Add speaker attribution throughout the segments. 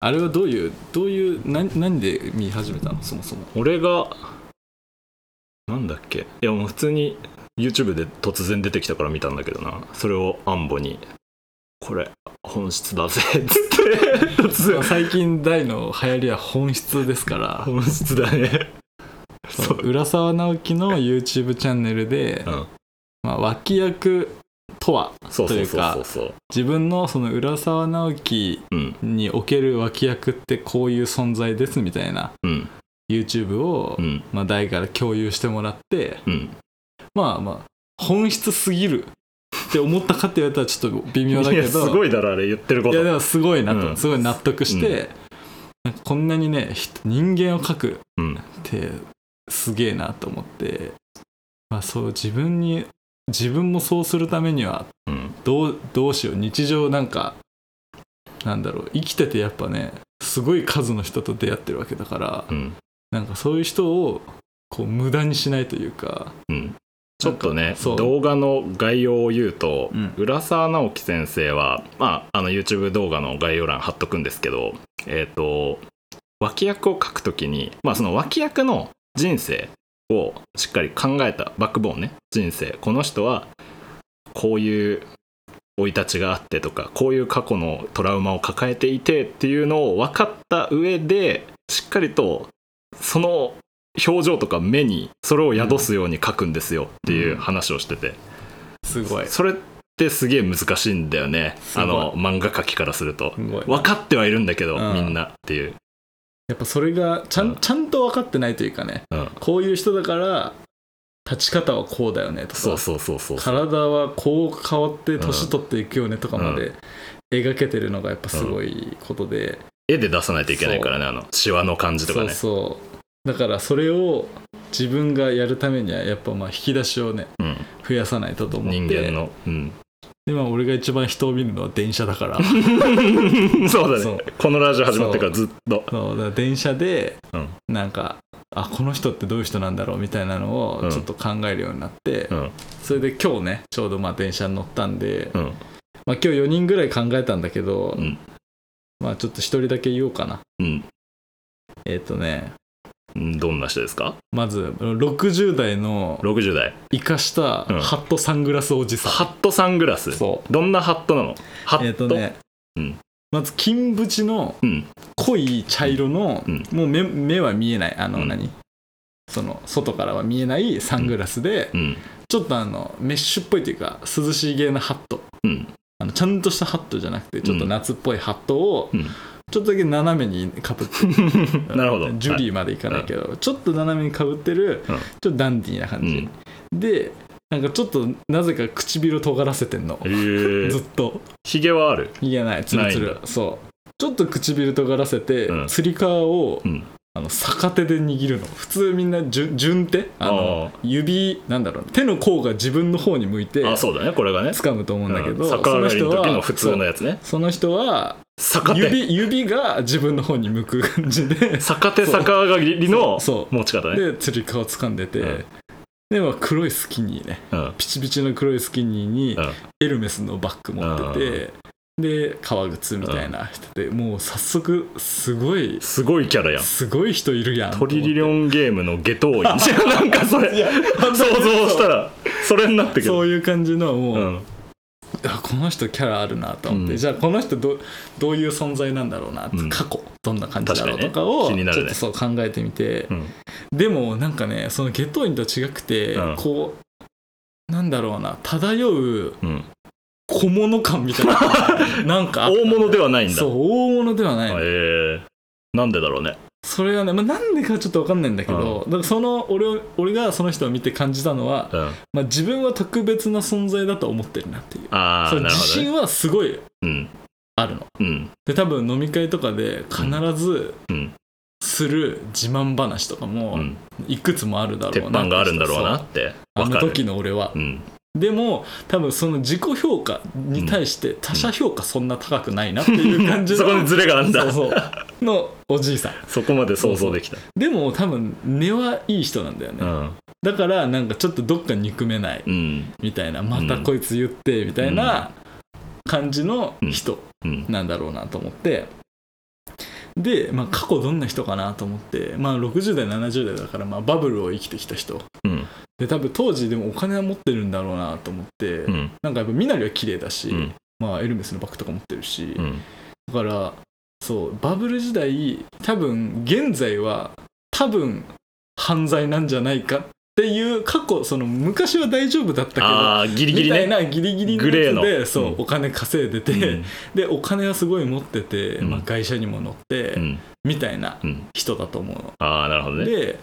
Speaker 1: あれはどういうどういうな何で見始めたのそもそも
Speaker 2: 俺がなんだっけいやもう普通に YouTube で突然出てきたから見たんだけどなそれをアンボに「これ本質だぜ」 っつって突然
Speaker 1: 最近大の流行りは本質ですから
Speaker 2: 本質だね
Speaker 1: そ
Speaker 2: そうう
Speaker 1: 浦沢直樹の YouTube チャンネルで、
Speaker 2: うん
Speaker 1: まあ、脇役とは
Speaker 2: そう
Speaker 1: とい
Speaker 2: そ
Speaker 1: うう
Speaker 2: そう
Speaker 1: か
Speaker 2: そうそう
Speaker 1: 自分のその浦沢直樹
Speaker 2: うん
Speaker 1: における脇役ってこういう存在ですみたいな
Speaker 2: うん
Speaker 1: YouTube を、
Speaker 2: うん
Speaker 1: まあ、大から共有してもらって
Speaker 2: うん
Speaker 1: まあまあ本質すぎるって思ったかって言われたらちょっと微妙だ
Speaker 2: い
Speaker 1: け
Speaker 2: やす
Speaker 1: ど
Speaker 2: ごいだろあれ言ってるこ
Speaker 1: いや
Speaker 2: と
Speaker 1: でもすごいなと、
Speaker 2: うん
Speaker 1: すごい納得して、なんかこんなにねひ人間を描く
Speaker 2: うん
Speaker 1: ってすげえなと思って、まあ、そう自分に自分もそうするためには
Speaker 2: うん
Speaker 1: どうどうしよう日常なんかなんだろう生きててやっぱねすごい数の人と出会ってるわけだから
Speaker 2: うん
Speaker 1: なんかそういう人をこう無駄にしないというか、
Speaker 2: うんちょっ
Speaker 1: な
Speaker 2: と
Speaker 1: ん
Speaker 2: ね
Speaker 1: かそう
Speaker 2: 動画の概要を言うと、
Speaker 1: うん
Speaker 2: 浦沢直樹先生は、まあ、あの YouTube 動画の概要欄貼っとくんですけどえっ、と脇役を書くときに、まあ、その脇役の人生をしっかり考えたバックボーンね人生この人はこういう生い立ちがあってとかこういう過去のトラウマを抱えていてっていうのを分かった上でしっかりとその表情とか目にそれを宿すように書くんですよっていう話をしてて、
Speaker 1: すごいす
Speaker 2: それってすげえ難しいんだよね
Speaker 1: すごい
Speaker 2: あの漫画描きからすると
Speaker 1: ごい
Speaker 2: 分かってはいるんだけど、
Speaker 1: うん
Speaker 2: みんなっていう
Speaker 1: やっぱそれがちゃん,、
Speaker 2: うん
Speaker 1: ちゃんと分かってないというかね、
Speaker 2: うん
Speaker 1: こういう人だから立ち方はこうだよねとか
Speaker 2: そうそうそうそう
Speaker 1: 体はこう変わって年取っていくよねとかまで描けてるのがやっぱすごいことで、
Speaker 2: 絵で出さないといけないからねあのシワの感じとか
Speaker 1: そう
Speaker 2: ね
Speaker 1: そうだからそれを自分がやるためにはやっぱまあ引き出しをね
Speaker 2: うん
Speaker 1: 増やさないとと思って
Speaker 2: 人間のうん
Speaker 1: 今俺が一番人を見るのは電車だから
Speaker 2: そうだ
Speaker 1: そう
Speaker 2: ねこのラジオ始まってからずっと
Speaker 1: そうだから電車で
Speaker 2: うん
Speaker 1: なんか、あこの人ってどういう人なんだろうみたいなの
Speaker 2: う
Speaker 1: を
Speaker 2: ん
Speaker 1: ちょっと考えるようになって、
Speaker 2: うん
Speaker 1: それで今日ねちょうどまあ電車に乗ったんで、
Speaker 2: うん
Speaker 1: まあ、今日4人ぐらい考えたんだけど、
Speaker 2: うん
Speaker 1: まあちょっと1人だけ言おうかな
Speaker 2: うん
Speaker 1: えっ、とね
Speaker 2: うんどんな人ですか
Speaker 1: まず60代の
Speaker 2: 60代
Speaker 1: 生かした
Speaker 2: うん
Speaker 1: ハットサングラスおじさん、
Speaker 2: ハットサングラス
Speaker 1: そう
Speaker 2: どんなハットなのハット、
Speaker 1: えっ、とね、
Speaker 2: うん
Speaker 1: まず金縁の
Speaker 2: うん
Speaker 1: 濃い茶色の、
Speaker 2: うん
Speaker 1: もう目目は見えないあの
Speaker 2: うん
Speaker 1: 何、その外からは見えないサングラスで、
Speaker 2: うん
Speaker 1: ちょっとあのメッシュっぽいというか涼しげなハット
Speaker 2: うん
Speaker 1: あのちゃんとしたハットじゃなくてちょっと夏っぽいハットを
Speaker 2: うん
Speaker 1: ちょっとだけ斜めにかぶって
Speaker 2: なるほど
Speaker 1: ジュリーまでいかないけど、ちょっと斜めにかぶってる、
Speaker 2: う
Speaker 1: ちょ
Speaker 2: ん
Speaker 1: っとダンディーな感じ、でなんかちょっとなぜか唇尖らせてんの
Speaker 2: え
Speaker 1: ずっ
Speaker 2: ー、
Speaker 1: と
Speaker 2: ヒゲはある
Speaker 1: いやないツルツ
Speaker 2: ない
Speaker 1: ルそうちょっと唇尖らせて、
Speaker 2: うん
Speaker 1: つり革を、
Speaker 2: うん
Speaker 1: あの逆手で握るの普通みんな順順手あの
Speaker 2: あ
Speaker 1: 指なんだろう手の甲が自分の方に向いて
Speaker 2: あそうだねこれがね
Speaker 1: 掴むと思うんだけど、
Speaker 2: うん逆上がりの時の普通のやつね
Speaker 1: その人は
Speaker 2: 逆手
Speaker 1: 指指が自分の方に向く感じで
Speaker 2: 逆手逆上がりの
Speaker 1: そう
Speaker 2: 持ち方ね
Speaker 1: で釣り革掴んでて、
Speaker 2: うん
Speaker 1: でまあ黒いスキニーね
Speaker 2: うん
Speaker 1: ピチピチの黒いスキニーに
Speaker 2: うん
Speaker 1: エルメスのバッグ持ってて、で革靴みたいなしてて、もう早速すごい
Speaker 2: すごいキャラやん
Speaker 1: すごい人いるやん
Speaker 2: トリリ
Speaker 1: ン
Speaker 2: オンゲームのゲトウインなんかそれ想像したらそれになってくる
Speaker 1: そういう感じのもう、
Speaker 2: うん
Speaker 1: あこの人キャラあるなと思って、
Speaker 2: うん
Speaker 1: じゃあこの人どどういう存在なんだろうなって、
Speaker 2: うん
Speaker 1: 過去どんな感じだろう
Speaker 2: 確かにね
Speaker 1: とかを
Speaker 2: 気にな
Speaker 1: ち
Speaker 2: る
Speaker 1: ょっ
Speaker 2: ね
Speaker 1: とそう考えてみて、
Speaker 2: うん
Speaker 1: でもなんかねそのゲットインとは違くて、
Speaker 2: うん
Speaker 1: こうなんだろうな漂う
Speaker 2: うん
Speaker 1: 小物感みたいななんかあった
Speaker 2: 大物ではないんだ
Speaker 1: そう大物ではないの、
Speaker 2: えーなんでだろうね
Speaker 1: それはね、まあ、なんでかちょっと分かんないんだけど、だからその俺を俺がその人を見て感じたのは、
Speaker 2: うん
Speaker 1: まあ、自分は特別な存在だと思ってるなっていう
Speaker 2: ああ
Speaker 1: そう
Speaker 2: なる
Speaker 1: 自
Speaker 2: ほどね
Speaker 1: 信はすごい
Speaker 2: うん
Speaker 1: あるの
Speaker 2: うん
Speaker 1: で多分飲み会とかで必ず
Speaker 2: うん
Speaker 1: する自慢話とか
Speaker 2: う
Speaker 1: も
Speaker 2: ん
Speaker 1: いくつもあるだろうな
Speaker 2: 鉄板があるんだろうなって
Speaker 1: そうあ
Speaker 2: わか
Speaker 1: の
Speaker 2: る
Speaker 1: 時の俺は
Speaker 2: うん
Speaker 1: でも多分その自己評価に対して他者評価そんな高くないなっていう感じの
Speaker 2: そこにズレがあるんだ
Speaker 1: そうそうのおじいさん
Speaker 2: そこまで想像できた
Speaker 1: でも多分根はいい人なんだよね、
Speaker 2: うん
Speaker 1: だからなんかちょっとどっか憎めない
Speaker 2: うん
Speaker 1: みたいなまたこいつ言ってみたいな感じの人
Speaker 2: うん
Speaker 1: なんだろうなと思ってで、まあ、過去どんな人かなと思って、まあ、60代70代だから、まあ、バブルを生きてきた人
Speaker 2: うん
Speaker 1: で多分当時でもお金は持ってるんだろうなと思って、
Speaker 2: うん
Speaker 1: なんかやっぱ身なりは綺麗だし、
Speaker 2: うん
Speaker 1: まあ、エルメスのバッグとか持ってるし、
Speaker 2: うん
Speaker 1: だからそうバブル時代多分現在は多分犯罪なんじゃないかっていう過去その昔は大丈夫だったけど
Speaker 2: ああギリギ
Speaker 1: み
Speaker 2: リ
Speaker 1: たい
Speaker 2: ね
Speaker 1: なギリギリの
Speaker 2: グレ
Speaker 1: や
Speaker 2: ー
Speaker 1: つ
Speaker 2: の
Speaker 1: でそう、
Speaker 2: うん
Speaker 1: お金稼いでて、でお金はすごい持ってて、
Speaker 2: うん
Speaker 1: まあ、会社にも乗って、
Speaker 2: うんうん
Speaker 1: みたいな
Speaker 2: うん
Speaker 1: 人だと思うの。
Speaker 2: ああなるほどね
Speaker 1: で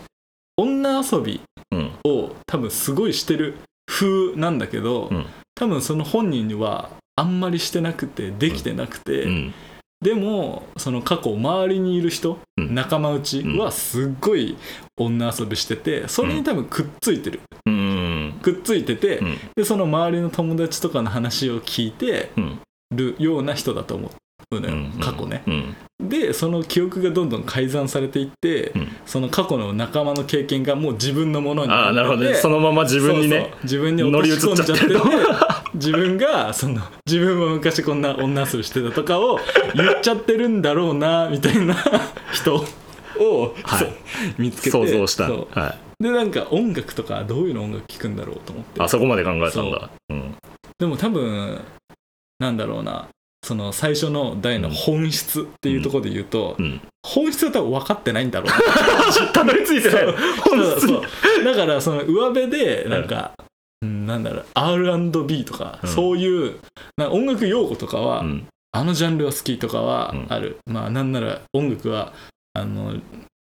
Speaker 1: 女遊び
Speaker 2: うん
Speaker 1: を多分すごいしてる風なんだけど、
Speaker 2: うん
Speaker 1: 多分その本人にはあんまりしてなくてできてなくて、
Speaker 2: うん
Speaker 1: でもその過去周りにいる人、
Speaker 2: うん
Speaker 1: 仲間内
Speaker 2: う
Speaker 1: はすっごい女遊びしててそれに多分くっついてる、
Speaker 2: うんうん
Speaker 1: くっついてて、
Speaker 2: うん
Speaker 1: でその周りの友達とかの話を聞いて
Speaker 2: うん
Speaker 1: るような人だと思うの
Speaker 2: う
Speaker 1: よ、
Speaker 2: ん
Speaker 1: 過去ね。
Speaker 2: うん
Speaker 1: でその記憶がどんどん改ざんされていって、
Speaker 2: うん
Speaker 1: その過去の仲間の経験がもう自分のものに
Speaker 2: ああなるほどね
Speaker 1: で
Speaker 2: そのまま自分に
Speaker 1: そう
Speaker 2: ね
Speaker 1: そう自分に落とし込んじゃってて
Speaker 2: 乗り移っち
Speaker 1: 自分がその自分は昔こんな女遊びしてたとかを言っちゃってるんだろうなみたいな人を、
Speaker 2: はい
Speaker 1: そう見つけて
Speaker 2: 想像した
Speaker 1: そう
Speaker 2: はい
Speaker 1: でなんか音楽とかどういうの音楽聴くんだろうと思って
Speaker 2: あそこまで考えた
Speaker 1: そ
Speaker 2: ん
Speaker 1: う
Speaker 2: だうん
Speaker 1: でも多分なんだろうなその最初の題の本質っていうところで言うと、
Speaker 2: うん
Speaker 1: 本質は多分分かってないんだろうな
Speaker 2: たどり着いてな
Speaker 1: そ
Speaker 2: い
Speaker 1: う
Speaker 2: 本
Speaker 1: そ
Speaker 2: 質に
Speaker 1: うだからその上辺でなんか、うんなんだろう R&B とか、
Speaker 2: うん
Speaker 1: そういうなんか音楽用語とかは、
Speaker 2: うん
Speaker 1: あのジャンルは好きとかは
Speaker 2: うん
Speaker 1: ある、まあなんなら音楽はあの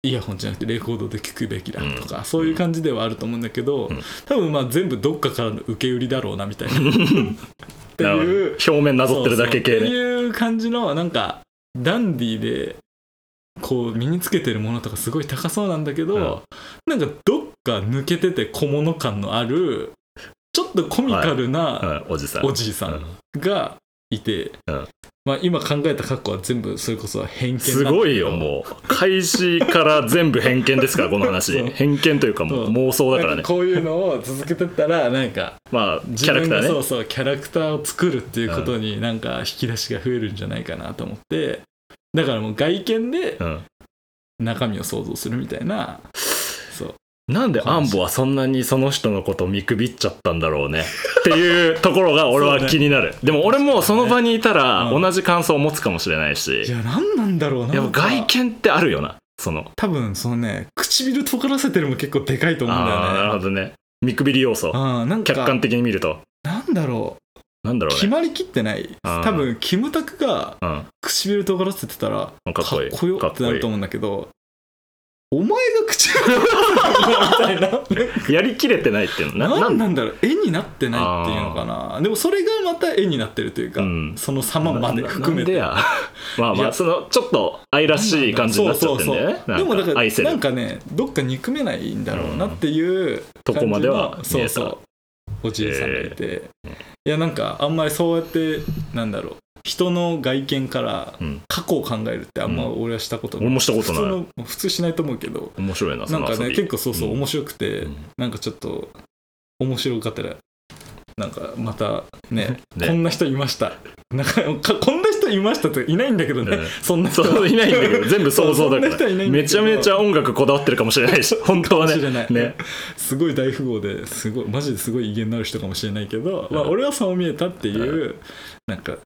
Speaker 1: イヤホンじゃなくてレコードで聴くべきだとか、そういう感じではあると思うんだけど、
Speaker 2: うん
Speaker 1: 多分まあ全部どっかからの受け売りだろうなみたいな。って
Speaker 2: なるほど
Speaker 1: いう
Speaker 2: 表面なぞってるだけ系
Speaker 1: そうそうって
Speaker 2: ね
Speaker 1: いう感じのなんかダンディーでこう身につけてるものとかすごい高そうなんだけど、なんかどっか抜けてて小物感のあるちょっとコミカル
Speaker 2: う
Speaker 1: なん
Speaker 2: おじさん
Speaker 1: おじいさんがいて、
Speaker 2: うん
Speaker 1: まあ、今考えた格好は全部それこそ偏見なんだけど
Speaker 2: すごいよもう開始から全部偏見ですからこの
Speaker 1: そ
Speaker 2: 話
Speaker 1: う
Speaker 2: 偏見というかもう
Speaker 1: そう
Speaker 2: 妄想だから
Speaker 1: な
Speaker 2: ね
Speaker 1: んこういうのを続けてったらなんか
Speaker 2: まあキ
Speaker 1: 自
Speaker 2: ャラク
Speaker 1: 分が
Speaker 2: ター
Speaker 1: そ
Speaker 2: ね
Speaker 1: うそうキャラクターを作るっていうことになんか引き出しが増えるんじゃないかなと思ってだからもう外見で
Speaker 2: うん
Speaker 1: 中身を想像するみたいなそう
Speaker 2: なんでアンボはそんなにその人のこと見くびっちゃったんだろうねっていうところが俺は気になる、でも俺もその場にいたら
Speaker 1: うん
Speaker 2: 同じ感想を持つかもしれない
Speaker 1: い
Speaker 2: し、
Speaker 1: や何なんだろうな
Speaker 2: やっぱ
Speaker 1: なん
Speaker 2: 外
Speaker 1: か
Speaker 2: 見ってあるよなその
Speaker 1: 多分そのね唇尖らせてるも結構でかいと思うんだよね
Speaker 2: ああーなるほどね見くびり要素
Speaker 1: あーなんか
Speaker 2: 客観的に見ると
Speaker 1: なんだろ
Speaker 2: なんだ
Speaker 1: う
Speaker 2: ろう
Speaker 1: 決
Speaker 2: ね
Speaker 1: まりきってない
Speaker 2: あー
Speaker 1: 多分キムタクが
Speaker 2: うん
Speaker 1: 唇尖らせてたら
Speaker 2: かっこいい
Speaker 1: かっこよ
Speaker 2: かっ
Speaker 1: っ
Speaker 2: こいい
Speaker 1: てなると思うんだけどお前が唇尖らせてるみたいな
Speaker 2: やりきれてないっていうの な
Speaker 1: 何
Speaker 2: な
Speaker 1: なんだろう絵になってないっていうのかなでもそれがまた絵になってるというか、
Speaker 2: うん
Speaker 1: その様まで含め
Speaker 2: なんで
Speaker 1: て
Speaker 2: や まあ
Speaker 1: い
Speaker 2: まあ
Speaker 1: や
Speaker 2: そのちょっと愛らしい感じになっちゃってんだよね
Speaker 1: でもだか
Speaker 2: なん
Speaker 1: ら
Speaker 2: 愛せ
Speaker 1: な
Speaker 2: る
Speaker 1: んかねどっか憎めないんだろうなっていう
Speaker 2: とこまでは
Speaker 1: 感じ
Speaker 2: 見
Speaker 1: の
Speaker 2: えた
Speaker 1: そうそうおじいさんがいて、いやなんかあんまりそうやってなんだろう人の外見から
Speaker 2: うん
Speaker 1: 過去を考えるってあんま俺はしたことない、
Speaker 2: 俺もしたことない
Speaker 1: 普通の普通しないと思うけど
Speaker 2: 面白いなそ
Speaker 1: なん
Speaker 2: の
Speaker 1: か
Speaker 2: 遊び
Speaker 1: ね結構そうそう
Speaker 2: うん
Speaker 1: 面白くて、
Speaker 2: うん
Speaker 1: なんかちょっと面白かったらなんかまたね
Speaker 2: ね
Speaker 1: こんな人いましたなんかかこんな人いましたっていないんだけどね、
Speaker 2: うん
Speaker 1: そんな人は
Speaker 2: そういないんだけ ど全部想像だか
Speaker 1: そうそんな人はいな
Speaker 2: ら
Speaker 1: いんだけど
Speaker 2: めちゃめちゃ音楽こだわってるかもしれないし本当は
Speaker 1: かも
Speaker 2: ね
Speaker 1: しれない
Speaker 2: ね
Speaker 1: すごい大富豪ですごいマジですごい威厳のある人かもしれないけど、
Speaker 2: うん
Speaker 1: まあ、俺はそう見えたっていう、なんか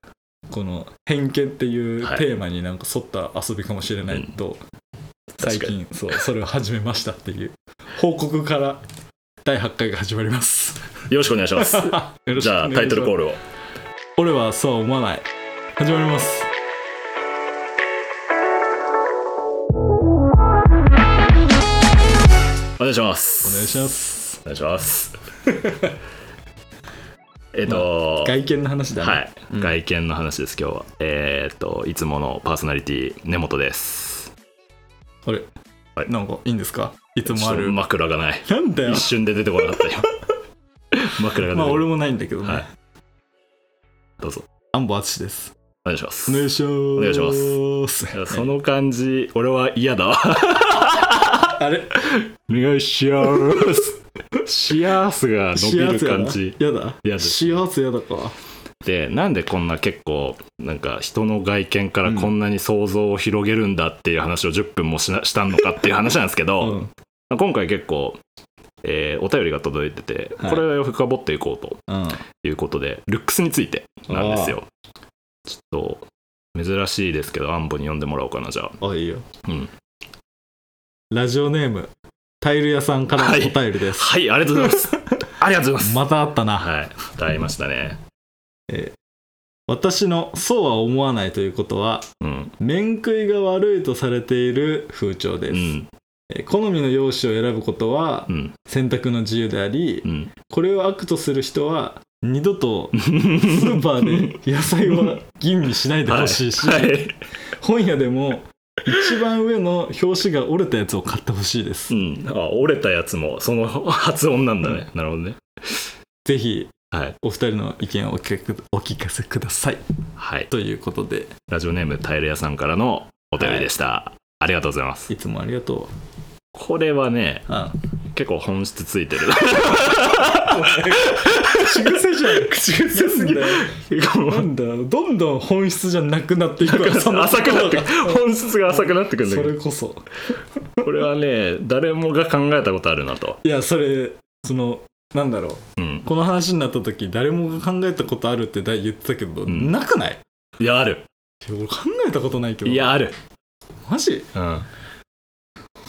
Speaker 1: この偏見っていう
Speaker 2: はい
Speaker 1: テーマになんか沿った遊びかもしれないと、最近そうそれを始めましたっていう報告から第8回が始まります。
Speaker 2: よろしくお願いします
Speaker 1: よろし
Speaker 2: じ
Speaker 1: くお願
Speaker 2: ゃあ
Speaker 1: いします
Speaker 2: タイトルコールを
Speaker 1: 俺はそうは思わない始まります
Speaker 2: お願いします
Speaker 1: お願いします
Speaker 2: お願いしますえっと、
Speaker 1: 外見の話だね、
Speaker 2: はい、
Speaker 1: うん
Speaker 2: 外見の話です今日はえっといつものパーソナリティ根本です
Speaker 1: あれ、
Speaker 2: はい
Speaker 1: なんかいいんですかいつもあ
Speaker 2: ちょっと
Speaker 1: る
Speaker 2: 枕がない
Speaker 1: なんだよ
Speaker 2: 一瞬で出てこな かったよ枕が出てこない
Speaker 1: まあ俺もないんだけどね、
Speaker 2: はいどうぞ
Speaker 1: 安保淳です
Speaker 2: お願いします
Speaker 1: お願いしますお
Speaker 2: 願いし
Speaker 1: す
Speaker 2: いやその感じ俺は嫌だわ
Speaker 1: あれ
Speaker 2: お願いします シアースが伸びる感じ
Speaker 1: やだ
Speaker 2: やだ
Speaker 1: 幸せやだか
Speaker 2: ってなんでこんな結構なんか人の外見からこんなに想像を広げるんだっていう話を10分もしなしたのかっていう話なんですけど、
Speaker 1: うん
Speaker 2: 今回結構、えーお便りが届いてて、
Speaker 1: はい
Speaker 2: これを深掘っていこうと
Speaker 1: うん
Speaker 2: いうことでルックスについてなんですよちょっと珍しいですけどアンボに読んでもらおうかなじゃあ
Speaker 1: あいいよ、
Speaker 2: うん
Speaker 1: ラジオネームタイル屋さんからのお便りです、
Speaker 2: はいありがとうございます ありがとうございます
Speaker 1: またあったな、
Speaker 2: はい歌いましたね
Speaker 1: 私のそうは思わないということは
Speaker 2: うん
Speaker 1: 面食いが悪いとされている風潮で
Speaker 2: う
Speaker 1: す、
Speaker 2: ん
Speaker 1: えー好みの容姿を選ぶことは
Speaker 2: うん
Speaker 1: 選択の自由であり
Speaker 2: うん
Speaker 1: これを悪とする人は二度とスーパーで野菜は吟味しないでほしいし、
Speaker 2: はいはい
Speaker 1: 本屋でも一番上の表紙が折れたやつを買ってほしいで
Speaker 2: う
Speaker 1: す、
Speaker 2: ん、あ折れたやつもその 発音なんだね、なるほどね
Speaker 1: ぜひ
Speaker 2: はい、
Speaker 1: お二人の意見をお聞かせお聞かせください
Speaker 2: はい、
Speaker 1: ということで
Speaker 2: ラジオネームタイル屋さんからのお便りでした、ありがとうございます
Speaker 1: いつもありがと
Speaker 2: これはね
Speaker 1: う あ
Speaker 2: 結構本質ついてる
Speaker 1: 口癖じゃん
Speaker 2: 口癖すぎる
Speaker 1: なんだどんどん本質じゃなくなっていく
Speaker 2: 浅く なってく本質が浅くなってくるんだ
Speaker 1: そ
Speaker 2: け
Speaker 1: れ
Speaker 2: ど
Speaker 1: こそ
Speaker 2: これはね誰もが考えたことあるなと、
Speaker 1: いやそれそのなんだろう
Speaker 2: うん、
Speaker 1: この話になった時誰もが考えたことあるって言ってたけど、
Speaker 2: ん
Speaker 1: なくないい
Speaker 2: いやある
Speaker 1: や俺考えたことないけど
Speaker 2: いやある、
Speaker 1: マジ
Speaker 2: うん、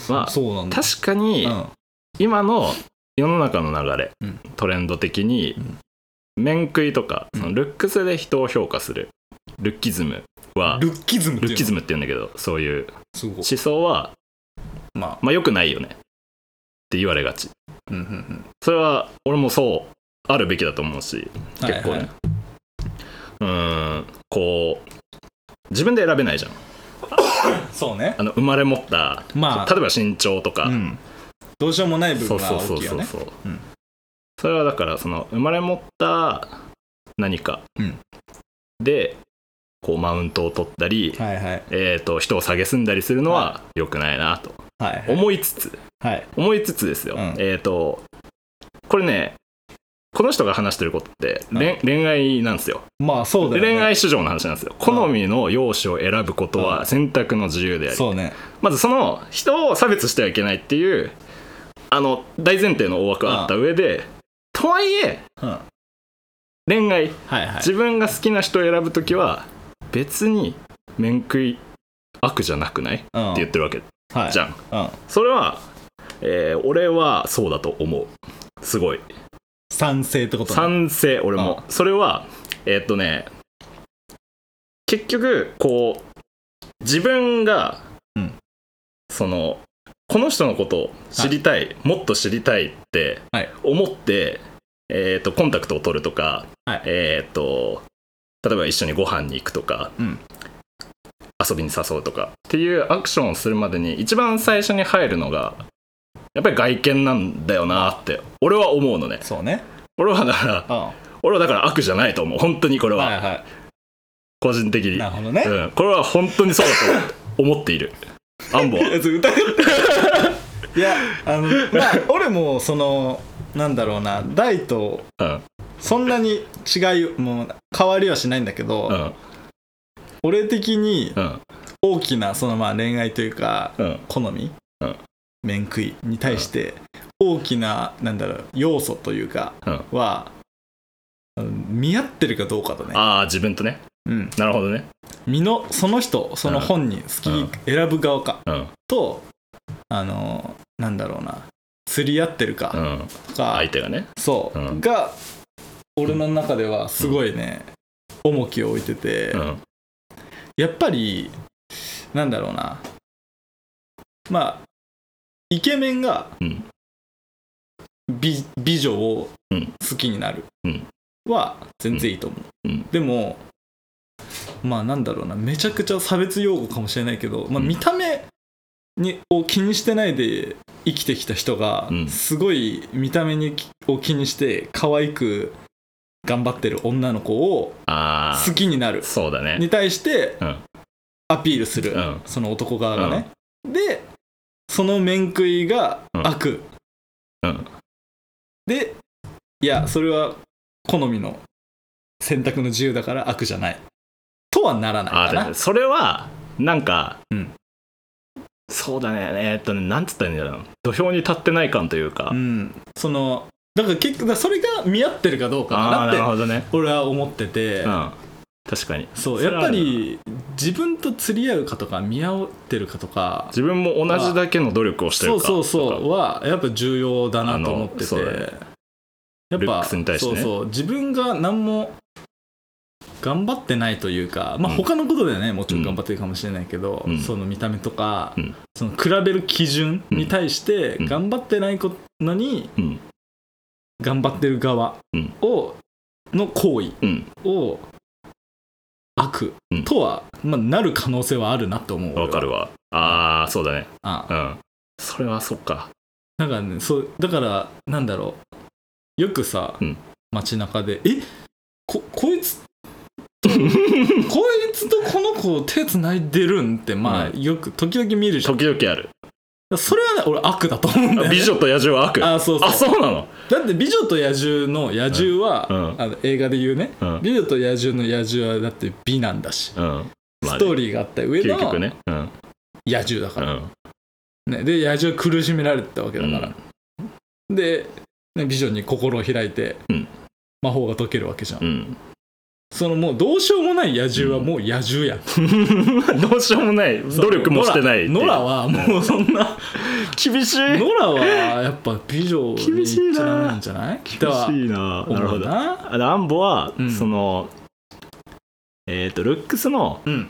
Speaker 2: まあ
Speaker 1: そうなんだ
Speaker 2: 確かに、
Speaker 1: うん
Speaker 2: 今の世の中の流れ、
Speaker 1: うん
Speaker 2: トレンド的に、面食いとかそのルックスで人を評価するルッキズムは
Speaker 1: ルッキズムって
Speaker 2: ル
Speaker 1: い
Speaker 2: ッ
Speaker 1: う
Speaker 2: キズ
Speaker 1: ム
Speaker 2: ムって言うんだけどそういう
Speaker 1: すごい
Speaker 2: 思想は
Speaker 1: まあ
Speaker 2: まあ良くないよねって言われがち
Speaker 1: うんうんうん
Speaker 2: それは俺もそうあるべきだと思うし
Speaker 1: はい
Speaker 2: 結構ね、
Speaker 1: はいう
Speaker 2: ーんこう自分で選べないじゃん
Speaker 1: そうね
Speaker 2: あの生まれ持った、
Speaker 1: まあ
Speaker 2: 例えば身長とか、
Speaker 1: うんどうしようもない部
Speaker 2: そ
Speaker 1: 分
Speaker 2: う
Speaker 1: が
Speaker 2: そうそ
Speaker 1: 大
Speaker 2: う
Speaker 1: きいよ
Speaker 2: そう
Speaker 1: ね
Speaker 2: そう、
Speaker 1: うん
Speaker 2: それはだからその生まれ持った何か
Speaker 1: うん
Speaker 2: でこうマウントを取ったり、
Speaker 1: はいはい
Speaker 2: えー、と人を蔑んだりするのは良くないなと
Speaker 1: はいはい
Speaker 2: 思いつつ
Speaker 1: はい
Speaker 2: 思いつつですよ、
Speaker 1: うん
Speaker 2: えっ、とこれねこの人が話してることって、恋恋愛なんですよ
Speaker 1: まあそうだよね
Speaker 2: 恋愛市場の話なんですよ好みの容姿を選ぶこと
Speaker 1: う
Speaker 2: は
Speaker 1: ん
Speaker 2: 選択の自由であり、
Speaker 1: そうね
Speaker 2: まずその人を差別してはいけないっていうあの大前提の大枠があった上で、とはいえ
Speaker 1: うんは
Speaker 2: 恋愛、
Speaker 1: いはい
Speaker 2: 自分が好きな人を選ぶ時は別に面食い悪じゃなくないって
Speaker 1: うん
Speaker 2: 言ってるわけ
Speaker 1: はい
Speaker 2: じゃん
Speaker 1: うん
Speaker 2: それは、えー俺はそうだと思うすごい
Speaker 1: 賛成ってことね
Speaker 2: 賛成俺もそれはえーっとね結局こう自分が、
Speaker 1: うん
Speaker 2: そのこの人のことを知りたい、もっと知りたいって
Speaker 1: はい
Speaker 2: 思って、えーっとコンタクトを取るとか、
Speaker 1: はい
Speaker 2: えーっと例えば一緒にご飯に行くとか、
Speaker 1: うん
Speaker 2: 遊びに誘うとかっていうアクションをするまでに一番最初に入るのがやっぱり外見なんだよなって俺は思うのね
Speaker 1: そうね
Speaker 2: 俺はだから
Speaker 1: うんは
Speaker 2: 俺はだから悪じゃないと思う本当にこれ
Speaker 1: い
Speaker 2: は、
Speaker 1: は
Speaker 2: 個人的
Speaker 1: い
Speaker 2: に、
Speaker 1: なるほどね
Speaker 2: うん、これは本当にそうだと思っているアンボ
Speaker 1: いや
Speaker 2: は
Speaker 1: 疑っていやあのまあ俺もそのなんだろうな大と
Speaker 2: うん
Speaker 1: そんなに違いもう変わりはしないんだけど、
Speaker 2: うん
Speaker 1: 俺的に
Speaker 2: うん
Speaker 1: 大きなそのまあ恋愛というか
Speaker 2: うん
Speaker 1: 好み、
Speaker 2: うん
Speaker 1: 面食いに対して大きななんだろう要素というか
Speaker 2: うん
Speaker 1: は、うん見合ってるかどうかだね、
Speaker 2: ああ自分とね
Speaker 1: うん、
Speaker 2: なるほどね
Speaker 1: 身のその人その本人好き、
Speaker 2: うん
Speaker 1: 選ぶ側か
Speaker 2: うん
Speaker 1: とあのなんだろうな釣り合ってるか、
Speaker 2: うん
Speaker 1: とか、
Speaker 2: 相手がね
Speaker 1: そう、
Speaker 2: うん
Speaker 1: が俺の中ではすごいね、重きを置いてて、
Speaker 2: うん
Speaker 1: やっぱりなんだろうなまあイケメンが
Speaker 2: うん
Speaker 1: 美美女を
Speaker 2: うん
Speaker 1: 好きになる
Speaker 2: うん
Speaker 1: は全然いいと思う、
Speaker 2: うん
Speaker 1: でもまあなんだろうなめちゃくちゃ差別用語かもしれないけど、まあ、
Speaker 2: うん
Speaker 1: 見た目にを気にしてないで生きてきた人が
Speaker 2: うん
Speaker 1: すごい見た目にきを気にして可愛く頑張ってる女の子を
Speaker 2: あ
Speaker 1: 好きになる
Speaker 2: あそうだね
Speaker 1: に対して
Speaker 2: うん
Speaker 1: アピールする、
Speaker 2: うん
Speaker 1: その男側がね、でその面食いが悪、
Speaker 2: うん
Speaker 1: でいやそれは好みの選択の自由だから悪じゃないとはならない
Speaker 2: あ
Speaker 1: か
Speaker 2: でも
Speaker 1: な
Speaker 2: それはなんか、
Speaker 1: うん
Speaker 2: そうだねえーっとねなんつったらいいんだろう土俵に立ってない感というか、
Speaker 1: うんそのだから結局だからそれが見合ってるかどうか
Speaker 2: ああ
Speaker 1: な
Speaker 2: な
Speaker 1: っ
Speaker 2: る
Speaker 1: て
Speaker 2: ほどね
Speaker 1: 俺は思ってて、
Speaker 2: うん確かに
Speaker 1: そう
Speaker 2: それ
Speaker 1: や
Speaker 2: は
Speaker 1: っぱり自分と釣り合うかとか見合ってるかとか
Speaker 2: 自分も同じだけの努力をして
Speaker 1: そ
Speaker 2: るか
Speaker 1: うそう
Speaker 2: とか
Speaker 1: そうはやっぱ重要だなと思って
Speaker 2: あの
Speaker 1: て
Speaker 2: そうだね
Speaker 1: やっ
Speaker 2: ルッ
Speaker 1: ぱ
Speaker 2: クスに対して
Speaker 1: そ
Speaker 2: ね
Speaker 1: うそう自分が何も頑張ってないというかまあ
Speaker 2: うん
Speaker 1: 他のことではね、もちろん頑張ってるかもしれないけど、
Speaker 2: うん
Speaker 1: その見た目とか、
Speaker 2: うん
Speaker 1: その比べる基準に対して
Speaker 2: うん
Speaker 1: 頑張ってないこのに
Speaker 2: うん
Speaker 1: 頑張ってる側
Speaker 2: うん
Speaker 1: を、の行為
Speaker 2: うん
Speaker 1: を悪
Speaker 2: うん
Speaker 1: とは、まあ、なる可能性はあるなと思う俺は
Speaker 2: わかるわああそうだね
Speaker 1: あ
Speaker 2: うんそれはそっか
Speaker 1: なんかねそうだからなんだろうよくさ、
Speaker 2: うん
Speaker 1: 街中で「えここいつ とこいつとこの子手つないでるん?」ってまあ、
Speaker 2: う
Speaker 1: よく時々見るじゃん
Speaker 2: 時々ある
Speaker 1: それはね俺悪だと思うんだよ、
Speaker 2: あ
Speaker 1: ね、
Speaker 2: 美女と野獣は悪
Speaker 1: あそうそう
Speaker 2: あそうなの
Speaker 1: だって「美女と野獣」の野獣は、
Speaker 2: うんうん
Speaker 1: あの映画で言うね「
Speaker 2: うん
Speaker 1: 美女と野獣」の野獣はだって美なんだし、
Speaker 2: うんまあ
Speaker 1: ストー
Speaker 2: ね
Speaker 1: リーがあった上の
Speaker 2: 究極ねうん
Speaker 1: 野獣だか
Speaker 2: う
Speaker 1: ら、
Speaker 2: ん
Speaker 1: ね、で野獣苦しめられてたわけだから、で、ね、美女に心を開いて、
Speaker 2: うん
Speaker 1: 魔法が解けるわけじゃん、
Speaker 2: うん
Speaker 1: そのもうどうしようもない野獣はもう野獣やん、
Speaker 2: どうしようもない努力もしてないっていう
Speaker 1: ノラノラはもうそん な
Speaker 2: 厳しい
Speaker 1: ノラはやっぱ美女に言っちゃダメなんじゃない
Speaker 2: 厳し
Speaker 1: とはい
Speaker 2: ななる
Speaker 1: 思
Speaker 2: ほ
Speaker 1: う
Speaker 2: ど
Speaker 1: な
Speaker 2: あのアンボは、
Speaker 1: うん
Speaker 2: そのえっ、とルックスの
Speaker 1: うん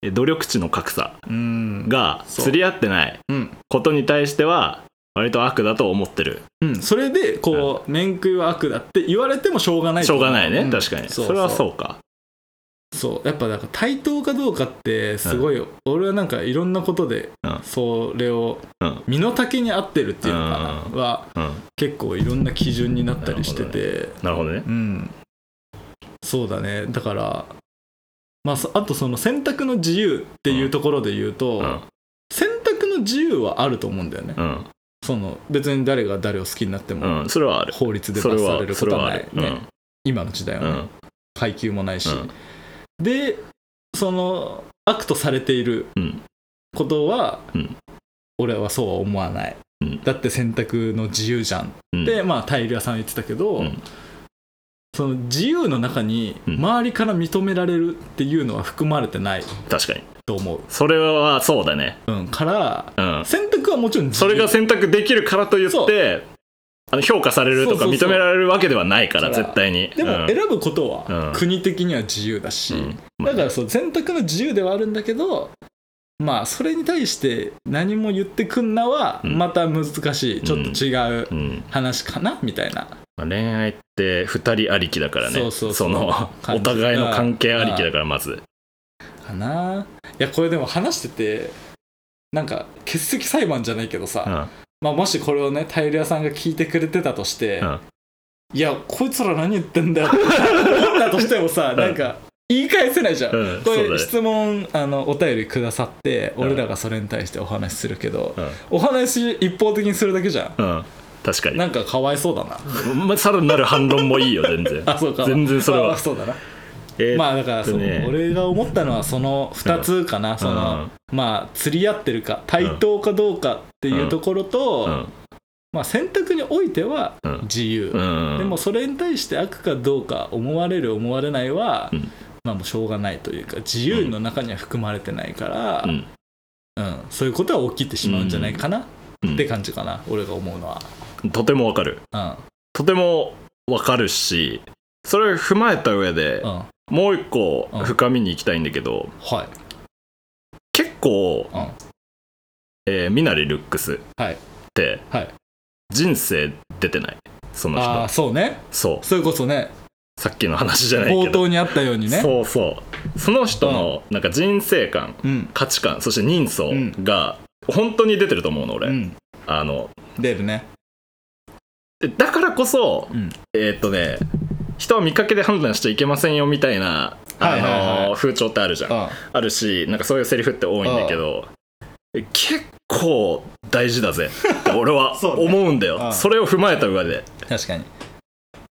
Speaker 2: え努力値の格差
Speaker 1: うん
Speaker 2: が
Speaker 1: そう
Speaker 2: 釣り合ってない
Speaker 1: うん、
Speaker 2: ことに対しては割と悪だと思ってる
Speaker 1: うん、それでこう面食いは悪だって言われてもしょうがない
Speaker 2: しょうがないね、
Speaker 1: ん
Speaker 2: 確かにそうれはそうか
Speaker 1: そうやっぱだから対等かどうかってすごい、俺はなんかいろんなことで
Speaker 2: うん
Speaker 1: それを
Speaker 2: うん
Speaker 1: 身の丈に合ってるっていうのかな、
Speaker 2: うん
Speaker 1: は
Speaker 2: うん
Speaker 1: 結構いろんな基準になったりしてて、
Speaker 2: なるほどね
Speaker 1: うんそうだねだからまあそあとその選択の自由っていうところで言うと、
Speaker 2: うん
Speaker 1: 選択の自由はあると思うんだよね、
Speaker 2: うん、
Speaker 1: その別に誰が誰を好きになっても
Speaker 2: うん、それはある
Speaker 1: 法律で
Speaker 2: それ
Speaker 1: 罰され
Speaker 2: は
Speaker 1: るこ
Speaker 2: それ
Speaker 1: と
Speaker 2: は
Speaker 1: は
Speaker 2: あ
Speaker 1: ない、
Speaker 2: る、
Speaker 1: ね、今の時代は
Speaker 2: う
Speaker 1: ね、
Speaker 2: んうん
Speaker 1: 階級もないし、
Speaker 2: うん
Speaker 1: でその悪とされている
Speaker 2: うん
Speaker 1: ことは、
Speaker 2: うん
Speaker 1: 俺はそうは思わない、
Speaker 2: うん
Speaker 1: だって選択の自由じゃんっ
Speaker 2: うん
Speaker 1: て、まあタイリアさん言ってたけど、
Speaker 2: うん
Speaker 1: その自由の中に
Speaker 2: うん
Speaker 1: 周りから認められるっていうのは含まれてない
Speaker 2: 確かに
Speaker 1: と思う、
Speaker 2: それはそうだね
Speaker 1: うん、から
Speaker 2: うん
Speaker 1: 選択はもちろん自
Speaker 2: そ
Speaker 1: 由
Speaker 2: れが選択できるからといっ
Speaker 1: そ
Speaker 2: てあの評価されるとか
Speaker 1: そうそうそ
Speaker 2: 認
Speaker 1: う
Speaker 2: められるわけではないから
Speaker 1: そう
Speaker 2: 絶対に
Speaker 1: で
Speaker 2: う
Speaker 1: も
Speaker 2: ん
Speaker 1: 選ぶこと
Speaker 2: うん
Speaker 1: は国的には自由だし、
Speaker 2: うんまあ
Speaker 1: だからそう選択の自由ではあるんだけどまあそれに対して何も言ってくんなは
Speaker 2: うん
Speaker 1: また難しい、ちょっと違う
Speaker 2: うん
Speaker 1: 話かなみたいな
Speaker 2: まあ、恋愛って2人ありきだからね
Speaker 1: そうそうそう
Speaker 2: の
Speaker 1: 感じ
Speaker 2: お互いの関係ありきだからまず
Speaker 1: かないやこれでも話しててなんか欠席裁判じゃないけどさ、
Speaker 2: うん
Speaker 1: まあ、もしこれをねタイル屋さんが聞いてくれてたとして、
Speaker 2: うん
Speaker 1: いやこいつら何言ってんだよって 思ったとしてもさ、
Speaker 2: ん
Speaker 1: なんか言い返せないじゃん、
Speaker 2: うん
Speaker 1: こ
Speaker 2: そうだね
Speaker 1: れ質問あのお便りくださって
Speaker 2: ん
Speaker 1: 俺らがそれに対してお話しするけど、
Speaker 2: うん
Speaker 1: お話一方的にするだけじゃん
Speaker 2: うん確かに
Speaker 1: なんかかわいそうだな
Speaker 2: まあさらなる反論もいいよ全然
Speaker 1: あそうか
Speaker 2: 全然それ
Speaker 1: ま
Speaker 2: は
Speaker 1: あ、そうだな
Speaker 2: えー
Speaker 1: まあだからその、
Speaker 2: ね
Speaker 1: 俺が思ったのはその2つかな、その、まあ釣り合ってるか対等かどうかっていうところと、
Speaker 2: うん
Speaker 1: まあ、選択においては
Speaker 2: うん
Speaker 1: 自由、
Speaker 2: うん
Speaker 1: でもそれに対して悪かどうか思われる思われないは、
Speaker 2: うん
Speaker 1: まあもうしょうがないというか自由の中には含まれてないから、
Speaker 2: う
Speaker 1: うん
Speaker 2: ん
Speaker 1: そういうことは起きてしまうんじゃないかな、
Speaker 2: うん
Speaker 1: って感じかな俺が思うのは、
Speaker 2: とてもわかる
Speaker 1: う
Speaker 2: とてもわかるしそれを踏まえた上
Speaker 1: んう
Speaker 2: で
Speaker 1: ん、は
Speaker 2: もう一個
Speaker 1: うん
Speaker 2: 深みに行きたいんだけど
Speaker 1: い、
Speaker 2: 結構
Speaker 1: うん、
Speaker 2: えーミナリルックスっ
Speaker 1: はい
Speaker 2: て
Speaker 1: はい
Speaker 2: 人生出てないその
Speaker 1: ああ
Speaker 2: 人
Speaker 1: そうね
Speaker 2: そ
Speaker 1: それこそね
Speaker 2: うさっきの話じゃないけど
Speaker 1: 冒頭にあったようにね
Speaker 2: そうそうその人のなんか人生観
Speaker 1: うん
Speaker 2: 価値観そして人相
Speaker 1: うん
Speaker 2: が本当に出てると思うの俺、
Speaker 1: うん
Speaker 2: あの
Speaker 1: 出るね
Speaker 2: でだからこそ、
Speaker 1: うん
Speaker 2: えーっとね人は見かけで判断しちゃいけませんよみたいなあ
Speaker 1: はいはいはい
Speaker 2: の風潮ってあるじゃん、
Speaker 1: うん
Speaker 2: あるしなんかそういうセリフって多いんだけどえ結構 大事だぜって俺は
Speaker 1: そうね
Speaker 2: 思うんだよそ,、
Speaker 1: うん
Speaker 2: れを踏まえた上で
Speaker 1: 確かに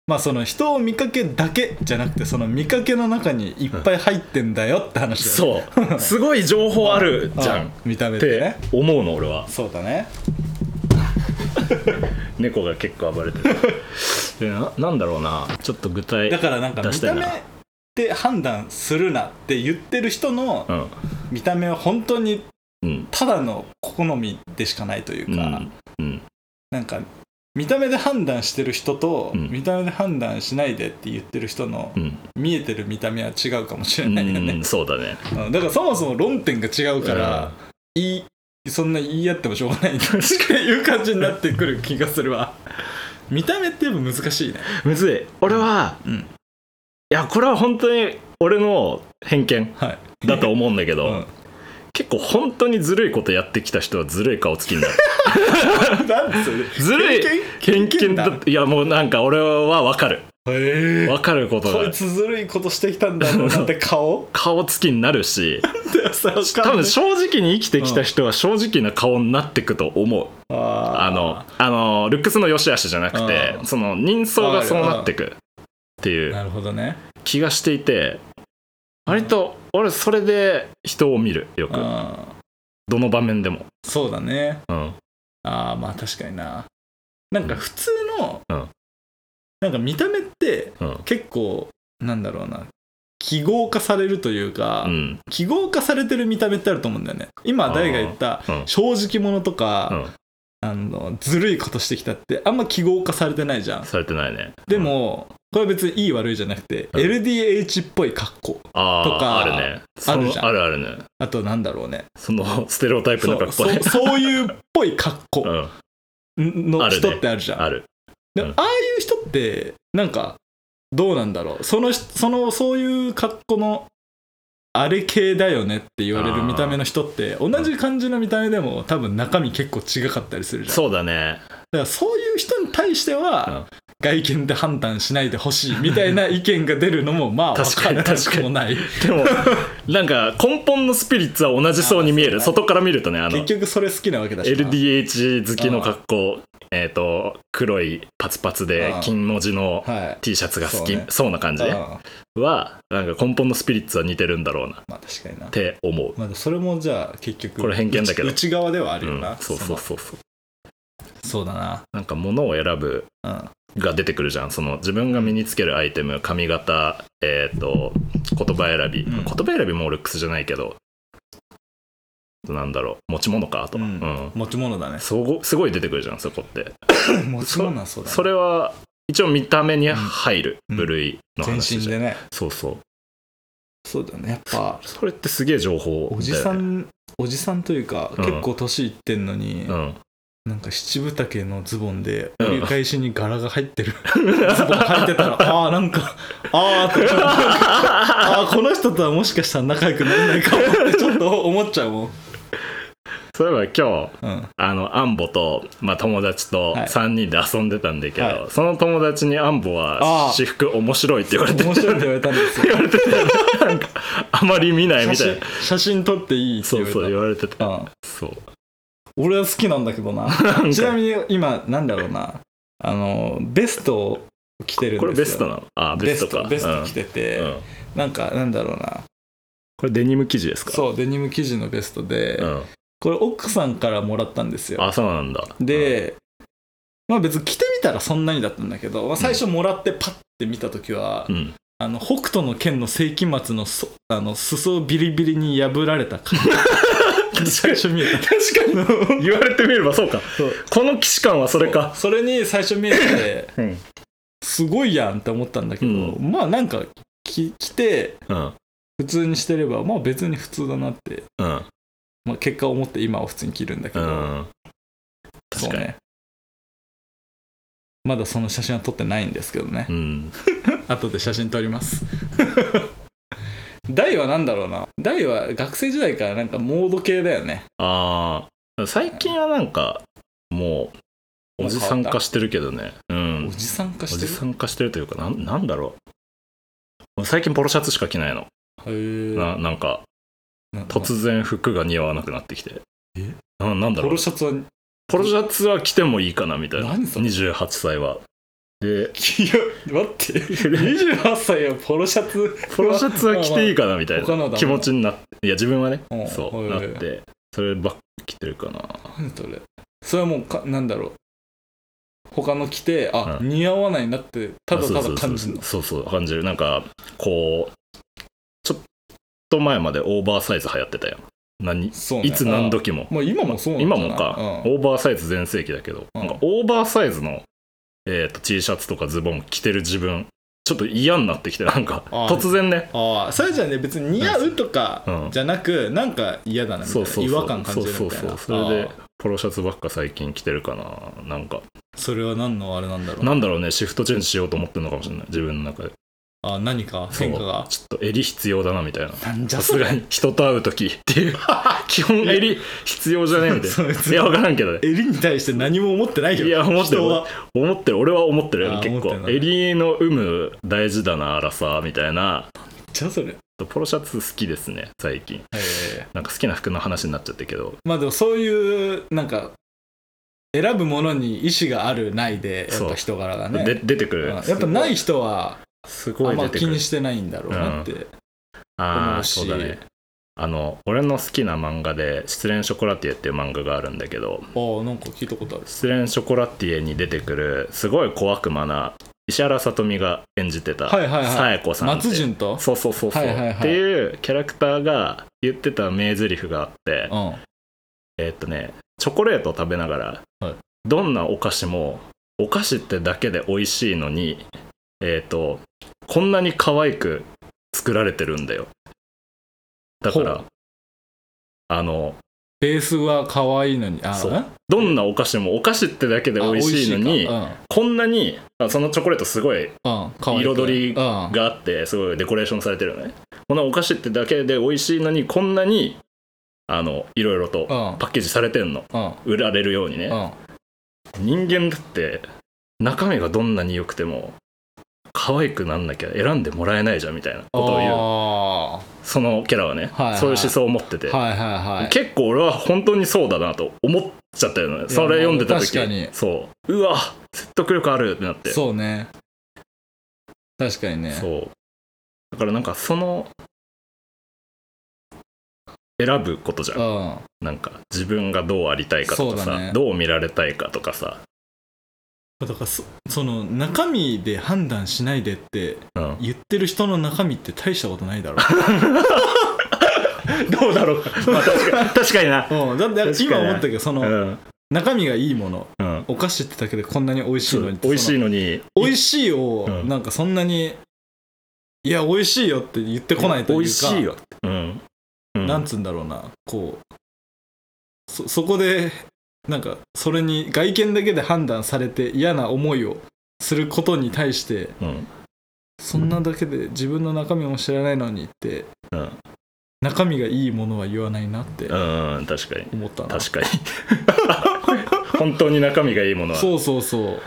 Speaker 1: まあその人を見かけだけじゃなくてその見かけの中にいっぱい入ってんだよって話だよね
Speaker 2: そうすごい情報あ るじゃ
Speaker 1: う
Speaker 2: んっ
Speaker 1: 見た目で
Speaker 2: て
Speaker 1: ね
Speaker 2: 思うの俺は
Speaker 1: そうだね
Speaker 2: 猫が結構暴れてる でななんだろうなちょっと具体
Speaker 1: だからなんか
Speaker 2: 出
Speaker 1: 見
Speaker 2: した
Speaker 1: た
Speaker 2: いな
Speaker 1: 目で判断するなって言ってる人の
Speaker 2: うん
Speaker 1: 見た目は本当に
Speaker 2: うん
Speaker 1: ただの好みでしかないといううか、
Speaker 2: んうん
Speaker 1: なんか見た目で判断してる人と、
Speaker 2: うん
Speaker 1: 見た目で判断しないでって言ってる人の
Speaker 2: うん
Speaker 1: 見えてる見た目は違うかもしれ
Speaker 2: う
Speaker 1: ないよね、
Speaker 2: んそうだね
Speaker 1: うんだからそもそも論点が違うから、言いそんな言い合ってもしょうがないっていう感じになってくる気がするわ見た目ってやっぱ難しいね
Speaker 2: むずい俺は、
Speaker 1: うん
Speaker 2: いやこれは本当に俺の偏見
Speaker 1: はい
Speaker 2: だと思うんだけど、
Speaker 1: うん
Speaker 2: 結構本当にずるいことやってきた人はずるい顔つきにな る
Speaker 1: なんそれ
Speaker 2: ずるい
Speaker 1: 偏見
Speaker 2: 偏見だ
Speaker 1: 偏見
Speaker 2: いやもうなんか俺は分かる
Speaker 1: へえ
Speaker 2: 分かること
Speaker 1: こ
Speaker 2: が
Speaker 1: いつずるいことしてきたんだろうなって顔
Speaker 2: 顔つきになるし多
Speaker 1: 多
Speaker 2: 分正直に生きてきた人は正直な顔になってくと思う、あ
Speaker 1: あ
Speaker 2: のあのルックスの良し悪しじゃなくて
Speaker 1: う
Speaker 2: その人相がそうなってくってい
Speaker 1: ー
Speaker 2: う
Speaker 1: なるほどね
Speaker 2: 気がしていて割と俺それで人を見るよく
Speaker 1: あ
Speaker 2: どの場面でも、
Speaker 1: ーそうだね
Speaker 2: うん、
Speaker 1: あーまあ確かにななんか普通の、
Speaker 2: うん
Speaker 1: なんか見た目って
Speaker 2: うん
Speaker 1: 結構なんだろうな記号化されるというか、
Speaker 2: うん
Speaker 1: 記号化されてる見た目ってあると思うんだよね今大が言った
Speaker 2: うん
Speaker 1: 正直者と
Speaker 2: う
Speaker 1: か、
Speaker 2: ん
Speaker 1: あのずるいことしてきたってあんま記号化されてないじゃん
Speaker 2: されてないね
Speaker 1: でも、これは別にいい悪いじゃなくて、
Speaker 2: うん
Speaker 1: LDH っぽい格好
Speaker 2: あー
Speaker 1: とか
Speaker 2: あるね
Speaker 1: あるじゃん
Speaker 2: そのあるあるね
Speaker 1: あとなんだろうね
Speaker 2: そのステレオタイプ
Speaker 1: そ
Speaker 2: の
Speaker 1: う
Speaker 2: 格好
Speaker 1: そう
Speaker 2: ね
Speaker 1: そういうっぽい格好
Speaker 2: うん
Speaker 1: の
Speaker 2: あるね
Speaker 1: 人ってあるじゃん
Speaker 2: ある
Speaker 1: で
Speaker 2: うん
Speaker 1: ああいう人ってなんかどうなんだろうその人そのそういう格好のあれ系だよねって言われる見た目の人って同じ感じの見た目でも多分中身結構違かったりするじゃんだ
Speaker 2: そうだね
Speaker 1: からそういう人に対しては外見で判断しないでほしいみたいな意見が出るのもまあ
Speaker 2: 確かに
Speaker 1: 分らなくもない
Speaker 2: でもなんか根本のスピリッツは同じそうに見え
Speaker 1: あ
Speaker 2: る
Speaker 1: ーそうだね
Speaker 2: 外から見るとねあの
Speaker 1: 結局それ好きなわけだしな
Speaker 2: LDH 好きの格好えっ、と黒いパツパツで
Speaker 1: うん
Speaker 2: 金文字の
Speaker 1: はい
Speaker 2: T シャツが好き
Speaker 1: そう
Speaker 2: そう,、
Speaker 1: ね
Speaker 2: な感じ
Speaker 1: うんま
Speaker 2: はなんか根本のスピリッツは似てるんだろうなっ
Speaker 1: あ確かにな
Speaker 2: て思う、
Speaker 1: まあそれもじゃあ結局
Speaker 2: これ偏見だけど
Speaker 1: 内内側ではある
Speaker 2: う
Speaker 1: よ
Speaker 2: ん
Speaker 1: な、、
Speaker 2: そうそうそう
Speaker 1: そ
Speaker 2: そう
Speaker 1: のそうだな
Speaker 2: なんか物を選ぶ
Speaker 1: うん
Speaker 2: が出てくるじゃんその自分が身につけるアイテム髪型えっ、と言葉選び、
Speaker 1: うん
Speaker 2: 言葉選びもルックスじゃないけどなんだろう持ち物かと、
Speaker 1: うん
Speaker 2: うん
Speaker 1: 持ち物だね
Speaker 2: すごすごい出てくるじゃんそこって
Speaker 1: 持ち物はそうだ、ね、
Speaker 2: それは一応見た目に入る
Speaker 1: うん
Speaker 2: 部類の
Speaker 1: 全
Speaker 2: 話
Speaker 1: 身
Speaker 2: じゃん、
Speaker 1: でね
Speaker 2: そうそう
Speaker 1: そうだねやっぱ
Speaker 2: それってすげえ情報だよね
Speaker 1: おじさんおじさんというか、
Speaker 2: うん
Speaker 1: 結構年いってんのに、
Speaker 2: うん
Speaker 1: なんか七分丈のズボンで
Speaker 2: うん
Speaker 1: 折り返しに柄が入ってる、 ズボン入ってたらああなんかあーってちょっとなんかあーこの人とはもしかしたら仲良くなれないかもってちょっと思っちゃうもん、
Speaker 2: そういえば今日
Speaker 1: うん、
Speaker 2: あのアンボと、まあ、友達と
Speaker 1: はい
Speaker 2: 3人で遊んでたんだけど、
Speaker 1: は
Speaker 2: その友達にアンボ
Speaker 1: あ
Speaker 2: は
Speaker 1: あ
Speaker 2: 私服面白いって言われて
Speaker 1: 面白いって言われたんですよ
Speaker 2: 言われててなんかあまり 見ない
Speaker 1: 写
Speaker 2: みた
Speaker 1: 真
Speaker 2: いな
Speaker 1: 写真撮っていいって
Speaker 2: そ
Speaker 1: 言わ
Speaker 2: う
Speaker 1: れ
Speaker 2: そう言われてて
Speaker 1: たうん
Speaker 2: そう
Speaker 1: 俺は好きなんだけどな
Speaker 2: なん
Speaker 1: ちな
Speaker 2: か
Speaker 1: みに今なんだろうなあのベストを着てるんですよ
Speaker 2: これベストなのあベ
Speaker 1: ベ
Speaker 2: ス
Speaker 1: ス
Speaker 2: ト
Speaker 1: ト
Speaker 2: か
Speaker 1: ベスト着てて、
Speaker 2: うんうん
Speaker 1: なんかなんだろうな
Speaker 2: これデニム生地ですか
Speaker 1: そうデニム生地のベストで、
Speaker 2: うん、
Speaker 1: これ奥さんからもらったんですよ
Speaker 2: あそうなんだ、
Speaker 1: で、まあ別に着てみたらそんなにだったんだけど、まあ、最初もらってパッて見た時は、
Speaker 2: うん、
Speaker 1: あの北斗の剣の世紀末のそあの裾をビリビリに破られた感じ最初見えた
Speaker 2: 確か に言われてみればそうか
Speaker 1: そう
Speaker 2: この既視感はそれか
Speaker 1: それに最初見えて
Speaker 2: うん
Speaker 1: すごいやんって思ったんだけど、
Speaker 2: う
Speaker 1: まあなんかき着て
Speaker 2: うん
Speaker 1: 普通にしてればまあ別に普通だなって、
Speaker 2: うん
Speaker 1: まあ、結果を思って今は普通に着るんだけ
Speaker 2: う
Speaker 1: ど、
Speaker 2: ん
Speaker 1: そ
Speaker 2: 確
Speaker 1: う
Speaker 2: かに
Speaker 1: ねまだその写真は撮ってないんですけど ね
Speaker 2: うん
Speaker 1: 後で写真撮ります 大は何だろうな大は学生時代からなんかモード系だよね
Speaker 2: ああ最近はなんかもうおじさん化してるけどねう
Speaker 1: お
Speaker 2: ん
Speaker 1: じさん化
Speaker 2: お
Speaker 1: して
Speaker 2: じ
Speaker 1: る
Speaker 2: さん化してるというかなんなんだろう最近ポロシャツしか着ないの、
Speaker 1: へー
Speaker 2: ななんか
Speaker 1: な
Speaker 2: 突然服が似合わなくなってきて
Speaker 1: え
Speaker 2: ななんだ
Speaker 1: ポ
Speaker 2: ろう
Speaker 1: ロシャツは
Speaker 2: ポロシャツは着てもいいかなみたいな
Speaker 1: 何それ
Speaker 2: 28歳はで
Speaker 1: いや 待って28歳はポロシャツ
Speaker 2: ポロシャツは着ていいかなみたい
Speaker 1: 他のだ
Speaker 2: な
Speaker 1: もん
Speaker 2: 気持ちになっていや自分はね
Speaker 1: うん
Speaker 2: そう
Speaker 1: はい
Speaker 2: な
Speaker 1: は
Speaker 2: っ
Speaker 1: い
Speaker 2: てそればっか着てるかな
Speaker 1: 何それそれはもうかなんだろう他の着てあ、
Speaker 2: う
Speaker 1: 似合わないなってただただ感じるの
Speaker 2: そうそうそうそう感じるなんかこうちょっと前までオーバーサイズ流行ってたやん何
Speaker 1: そうね
Speaker 2: いつ何時も
Speaker 1: あまあ今もそうなん
Speaker 2: 今
Speaker 1: だな
Speaker 2: もか、
Speaker 1: うん
Speaker 2: オーバーサイズ全盛期だけど、
Speaker 1: うん
Speaker 2: なんかオーバーサイズの、えー、と T シャツとかズボン着てる自分ちょっと嫌になってきてなんか
Speaker 1: あー
Speaker 2: 突然ね
Speaker 1: ああそれじゃね別に似合うと
Speaker 2: う
Speaker 1: か
Speaker 2: ん
Speaker 1: じゃなく、なんか嫌だなみたい
Speaker 2: そう
Speaker 1: な
Speaker 2: そうそう
Speaker 1: 違和感感じるみたいな
Speaker 2: そうそうそうそれで
Speaker 1: ああ
Speaker 2: ポロシャツばっか最近着てるかななんか
Speaker 1: それは何のあれなんだろう
Speaker 2: なんだろうねシフトチェンジしようと思ってるのかもしれない自分の中で
Speaker 1: あ何か
Speaker 2: そう
Speaker 1: 変化が
Speaker 2: ちょっと襟必要だなみたいな
Speaker 1: なんじゃ
Speaker 2: さ
Speaker 1: そ
Speaker 2: す
Speaker 1: れ
Speaker 2: がに人と会う時っ ていう基本襟必要じゃねえみた
Speaker 1: そう
Speaker 2: い
Speaker 1: で
Speaker 2: な
Speaker 1: す
Speaker 2: いや分からんけどね
Speaker 1: 襟に対して何も思ってないよ
Speaker 2: いや思ってる
Speaker 1: 人は
Speaker 2: 思ってる俺は思ってる
Speaker 1: あー
Speaker 2: 結
Speaker 1: 思ってん
Speaker 2: 構
Speaker 1: だね
Speaker 2: 襟の有無大事だなあらさみたいな
Speaker 1: じゃそれへ
Speaker 2: ポロシャツ好きですね最近
Speaker 1: え
Speaker 2: なんか好きな服の話になっちゃったけど
Speaker 1: まあでもそういうなんか選ぶものに意思があるないでやっ
Speaker 2: そう
Speaker 1: ぱ人柄がね
Speaker 2: で出てく
Speaker 1: うん
Speaker 2: る
Speaker 1: やっぱない人は
Speaker 2: す
Speaker 1: あ
Speaker 2: ご
Speaker 1: ん
Speaker 2: い出
Speaker 1: ま
Speaker 2: て
Speaker 1: 気
Speaker 2: くる
Speaker 1: にしてないんだろうなって
Speaker 2: あ
Speaker 1: 思
Speaker 2: あ
Speaker 1: うし
Speaker 2: そうだねあの俺の好きな漫画で「失恋ショコラティエ」っていう漫画があるんだけど
Speaker 1: ああなんか聞いたことある
Speaker 2: 失恋ショコラティエに出てくるすごい小悪魔な石原さとみが演じてた
Speaker 1: はいはいはい
Speaker 2: さえこさんって
Speaker 1: 松潤と
Speaker 2: そうそうそうそう、
Speaker 1: はいはいはい
Speaker 2: っていうキャラクターが言ってた名台詞があって
Speaker 1: うんは
Speaker 2: えーっとねチョコレートを食べながら、
Speaker 1: はい
Speaker 2: どんなお菓子もお菓子ってだけで美味しいのにえーっとこんなに可愛く作られてるんだよだか
Speaker 1: ほ
Speaker 2: ら
Speaker 1: う
Speaker 2: あの
Speaker 1: ベースは可愛いのにあ
Speaker 2: そうんどんなお菓子もお菓子ってだけで美味しいのに
Speaker 1: あ
Speaker 2: こんなにあそのチョコレートすごい
Speaker 1: 美味しいかうんうん可愛い
Speaker 2: 彩り
Speaker 1: が
Speaker 2: があってすごいデコレーションされてるのねこんなお菓子ってだけで美味しいのにこんなにあのいろいろと
Speaker 1: うん
Speaker 2: パッケージされてんの
Speaker 1: うん
Speaker 2: 売られるように
Speaker 1: う
Speaker 2: ね
Speaker 1: ん
Speaker 2: 人間だって中身がどんなに良くても可愛くなんなきゃ選んでもらえないじゃんみたいなことを言う
Speaker 1: あ
Speaker 2: そのキャラはね、
Speaker 1: はいはい
Speaker 2: そういう思想を持ってて、
Speaker 1: ーはいはいはい
Speaker 2: 結構俺は本当にそうだなと思っちゃったよねそれ読んでた時
Speaker 1: 確かに
Speaker 2: そううわ説得力あるってなって
Speaker 1: そうね確かにね
Speaker 2: そう。だからなんかその、選ぶことじゃん。
Speaker 1: うん
Speaker 2: なんか自分がどうありたいかとか
Speaker 1: そう
Speaker 2: さ、
Speaker 1: だね
Speaker 2: どう見られたいかとかさ、
Speaker 1: だからそその中身で判断しないでって
Speaker 2: うん、
Speaker 1: 言ってる人の中身って大したことないだろ
Speaker 2: どうだろうか。まあ確かに確かにな。
Speaker 1: う、うん、だって
Speaker 2: 確かに
Speaker 1: 今思ったけどそうの
Speaker 2: ん。
Speaker 1: 中身がいいもの
Speaker 2: うん。
Speaker 1: お菓子ってだけでこんなに美味しいのに
Speaker 2: 美味しい
Speaker 1: い
Speaker 2: のに、
Speaker 1: 美味しいを
Speaker 2: うん
Speaker 1: なんかそんなにいや美味しいよって言ってこないというか
Speaker 2: 美味しいよ。うん。うん
Speaker 1: なんつうんだろうなこうそそこでなんかそれに外見だけで判断されて嫌な思いをすることに対して
Speaker 2: うん。
Speaker 1: そんなだけで自分の中身も知らないのにって、
Speaker 2: うん
Speaker 1: 中身がいいものは言わないなって
Speaker 2: うんうん、確かに。
Speaker 1: 思ったな
Speaker 2: 確かに。 本当に中身がいいものは。
Speaker 1: そうそうそう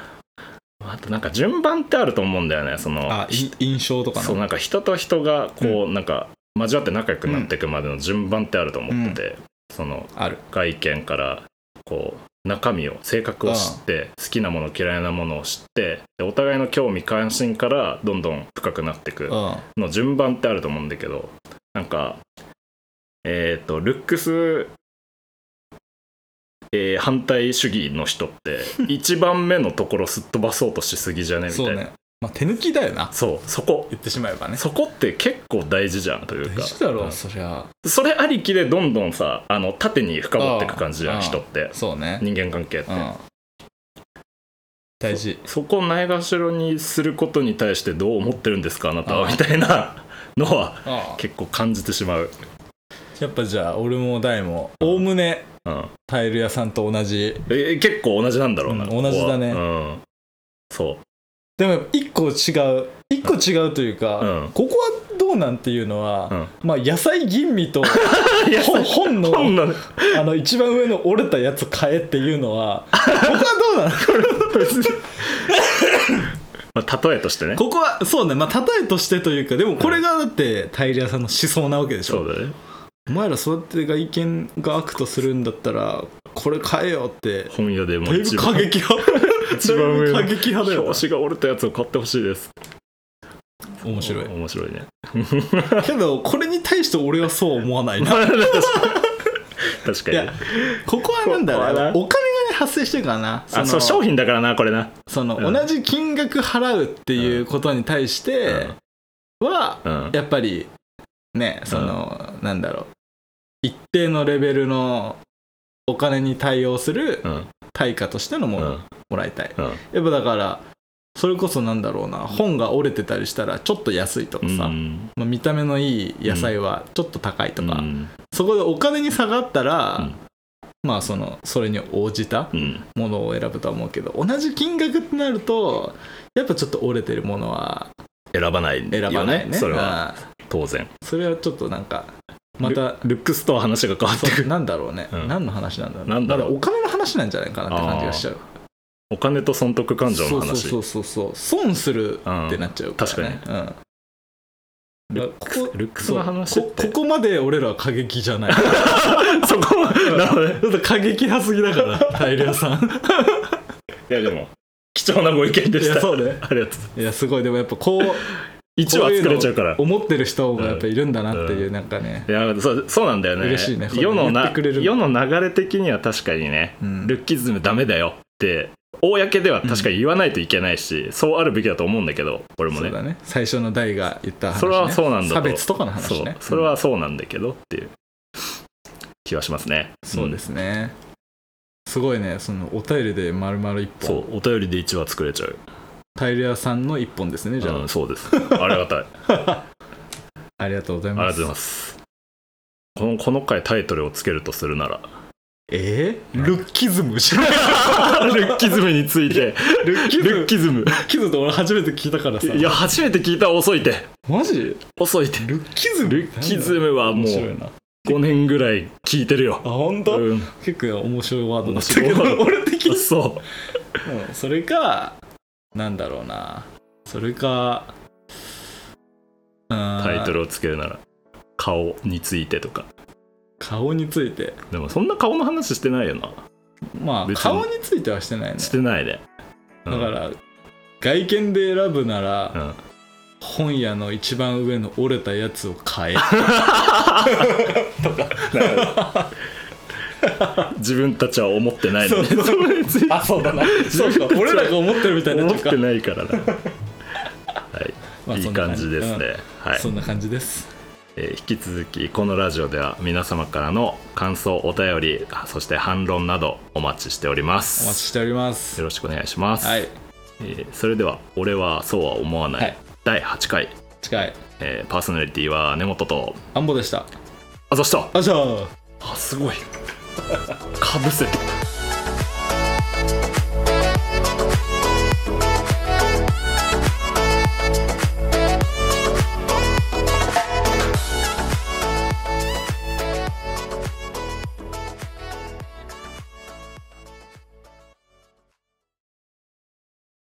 Speaker 2: あとなんか順番ってあると思うんだよね。その、
Speaker 1: あい印象とか
Speaker 2: そう
Speaker 1: ね
Speaker 2: なんか人と人がこうなんか交わって仲良くなっていくまでの順番ってあると思ってて、その
Speaker 1: ある
Speaker 2: 外見からこう中身を性格を知って好きなもの嫌いなものを知ってでお互いの興味関心からどんどん深くなっていうく
Speaker 1: んは
Speaker 2: の順番ってあると思うんだけどなんかえっ、とルックスえー反対主義の人って 一番目のところすっ飛ばそうとしすぎじゃねみたい
Speaker 1: そ
Speaker 2: な
Speaker 1: うねまあ手抜きだよな
Speaker 2: そうそこ
Speaker 1: 言ってしまえばね
Speaker 2: そこって結構大事じゃんというか
Speaker 1: 大事だろ
Speaker 2: う
Speaker 1: うんそりゃ
Speaker 2: それありきでどんどんさあの縦に深掘っていく感じじゃ
Speaker 1: あ
Speaker 2: ん
Speaker 1: あ
Speaker 2: 人って
Speaker 1: そうね
Speaker 2: 人間関係って、
Speaker 1: うん大事
Speaker 2: そこをないがしろにすることに対してどう思ってるんですかあなたは
Speaker 1: ああ
Speaker 2: みたいなのは
Speaker 1: ああ
Speaker 2: 結構感じてしまう、
Speaker 1: やっぱじゃあ俺も大もおおむね
Speaker 2: うん、
Speaker 1: タイル屋さんと同じ
Speaker 2: え結構同じなんだろうな、
Speaker 1: うん同じだね
Speaker 2: ここはうんそ
Speaker 1: でも一個違う一個違うというか、
Speaker 2: うん
Speaker 1: ここはどうなんていうのは、
Speaker 2: うん
Speaker 1: まあ野菜吟味 と
Speaker 2: ういや
Speaker 1: 本本の
Speaker 2: 本の
Speaker 1: あの一番上の折れたやつ買えっていうの はここはどうなの
Speaker 2: 別にまあ例えとしてね
Speaker 1: ここはそうねまあ例えとしてというかでもこれがだってタイル屋さんの思想なわけでし
Speaker 2: そ
Speaker 1: ょ
Speaker 2: うだね
Speaker 1: お前らそうやって外見が悪とするんだったらこれ買えよって
Speaker 2: 本屋でも
Speaker 1: だいぶ
Speaker 2: 一番
Speaker 1: 過激派
Speaker 2: 一番上の
Speaker 1: だいぶ過激派だよな
Speaker 2: 表紙が折れたやつを買ってほしいです
Speaker 1: 面白い
Speaker 2: お面白いね
Speaker 1: けどこれに対して俺はそう思わない な
Speaker 2: 確
Speaker 1: い
Speaker 2: かに
Speaker 1: やここはなんだろう
Speaker 2: ここは
Speaker 1: な
Speaker 2: な
Speaker 1: お金がね発生してるからな
Speaker 2: あそう商品だからなこれな
Speaker 1: その
Speaker 2: うん
Speaker 1: 同じ金額払うっていうことに対しては
Speaker 2: うん
Speaker 1: やっぱりねそのなんだろう一定のレベルのお金に対応する
Speaker 2: うん
Speaker 1: 対価としての
Speaker 2: う
Speaker 1: も
Speaker 2: ん
Speaker 1: のもらいたい
Speaker 2: うん
Speaker 1: やっぱだからそれこそなんだろうな本が折れてたりしたらちょっと安いとかさ、
Speaker 2: うん
Speaker 1: まあ見た目のいい野菜はちょっと高いとか、
Speaker 2: うん
Speaker 1: そこでお金に差があったら、
Speaker 2: うん
Speaker 1: まあそのそれに応じた
Speaker 2: うん
Speaker 1: ものを選ぶとは思うけど同じ金額ってなるとやっぱちょっと折れてるものは
Speaker 2: 選ばないよ
Speaker 1: 選ばないね
Speaker 2: それは
Speaker 1: うん
Speaker 2: 当然
Speaker 1: それはちょっとなんかまた
Speaker 2: ルルックスとは話が変わってく
Speaker 1: そう
Speaker 2: る
Speaker 1: なんだろうね、
Speaker 2: うん
Speaker 1: 何の話なんだろう
Speaker 2: なんだろう
Speaker 1: まお金の話なんじゃないかなって感じがしちゃう
Speaker 2: お金と損得感情の話
Speaker 1: そうそうそうそう損するってなっちゃうから、ね
Speaker 2: うん確
Speaker 1: かに、うん、だからここ
Speaker 2: ルックスの話
Speaker 1: そう
Speaker 2: っ
Speaker 1: こ
Speaker 2: て
Speaker 1: ここまで俺らは過激じゃ ない
Speaker 2: そこなるほどね
Speaker 1: ちょっと過激派すぎだから 大量さん
Speaker 2: いやでも貴重なご意見で
Speaker 1: い
Speaker 2: し
Speaker 1: や
Speaker 2: た
Speaker 1: そうね
Speaker 2: ありがとう
Speaker 1: いやすごいでもやっぱこう
Speaker 2: 1話作れちゃうから
Speaker 1: こいのを思ってる人がやっぱいるんだなっていう、なんかね
Speaker 2: いやそうそうなんだよね
Speaker 1: 嬉しいね
Speaker 2: 世の
Speaker 1: 言っ
Speaker 2: な
Speaker 1: てくれる
Speaker 2: 世の流れ的には確かにね、
Speaker 1: うん
Speaker 2: ルッキズムダメだよって公では確かに言わないといけないし、そうあるべきだと思うんだけど俺も
Speaker 1: そ
Speaker 2: ね
Speaker 1: うだね最初の代が言った話、ね、
Speaker 2: それはそうなんだと
Speaker 1: 差別とかの話ね
Speaker 2: そうそれはそうなんだけどっていう気はしますね
Speaker 1: そうですね、すごいねそのお便りで丸々一
Speaker 2: うんそ
Speaker 1: 本
Speaker 2: うお便りで1話作れちゃう
Speaker 1: タイレアさんの一本ですねじゃあ、
Speaker 2: うん、そうです ありがたいあ
Speaker 1: ありがとうござい
Speaker 2: り
Speaker 1: ます
Speaker 2: がとうございますこのこの回タイトルをつけるとする なら
Speaker 1: えー、ルッキズ ム知らない
Speaker 2: ルッキズムについて
Speaker 1: ルッキズム
Speaker 2: ルッキズム
Speaker 1: ルッキズムって俺初めて聞いたからさ
Speaker 2: いや初めて聞いた遅いて
Speaker 1: マジ
Speaker 2: 遅いて
Speaker 1: ルッキズム
Speaker 2: ルッキズムはもう
Speaker 1: 面白いなあ
Speaker 2: 5年ぐらい聞いてるよ
Speaker 1: 本当、
Speaker 2: うん
Speaker 1: 結構面白いワードだったけ
Speaker 2: 面
Speaker 1: ど
Speaker 2: 白い
Speaker 1: 俺的に
Speaker 2: そ
Speaker 1: うんそれかなんだろうなそれか
Speaker 2: う
Speaker 1: タ
Speaker 2: タイトルをつけるなら顔についてとか
Speaker 1: 顔について
Speaker 2: でもそんな顔の話してないよな
Speaker 1: まあ
Speaker 2: 別に
Speaker 1: 顔についてはしてないね
Speaker 2: してないね、う
Speaker 1: だ
Speaker 2: ん
Speaker 1: から外見で選ぶなら、
Speaker 2: うん
Speaker 1: 本屋の一番上の折れたやつを買え
Speaker 2: 自分たちは思ってないのに
Speaker 1: そう
Speaker 2: それについて
Speaker 1: あそうだなそうか俺らが思ってるみたいな
Speaker 2: 思
Speaker 1: と
Speaker 2: っ
Speaker 1: か
Speaker 2: てないからな、はい
Speaker 1: まあ
Speaker 2: い
Speaker 1: そ
Speaker 2: い
Speaker 1: んな
Speaker 2: 感じですね、はい
Speaker 1: そんな感じです
Speaker 2: えー引き続きこのラジオでは皆様からの感想お便りあそして反論などお待ちしておりま
Speaker 1: お
Speaker 2: す
Speaker 1: 待ちしております
Speaker 2: よろしくお願いします、
Speaker 1: はい
Speaker 2: えーそれでは「俺はそうは思わない」
Speaker 1: はい
Speaker 2: 第8回、
Speaker 1: 近い
Speaker 2: えーパーソナリティは根本と
Speaker 1: アンボでした
Speaker 2: あざした
Speaker 1: あじゃあ
Speaker 2: あすごいかぶせた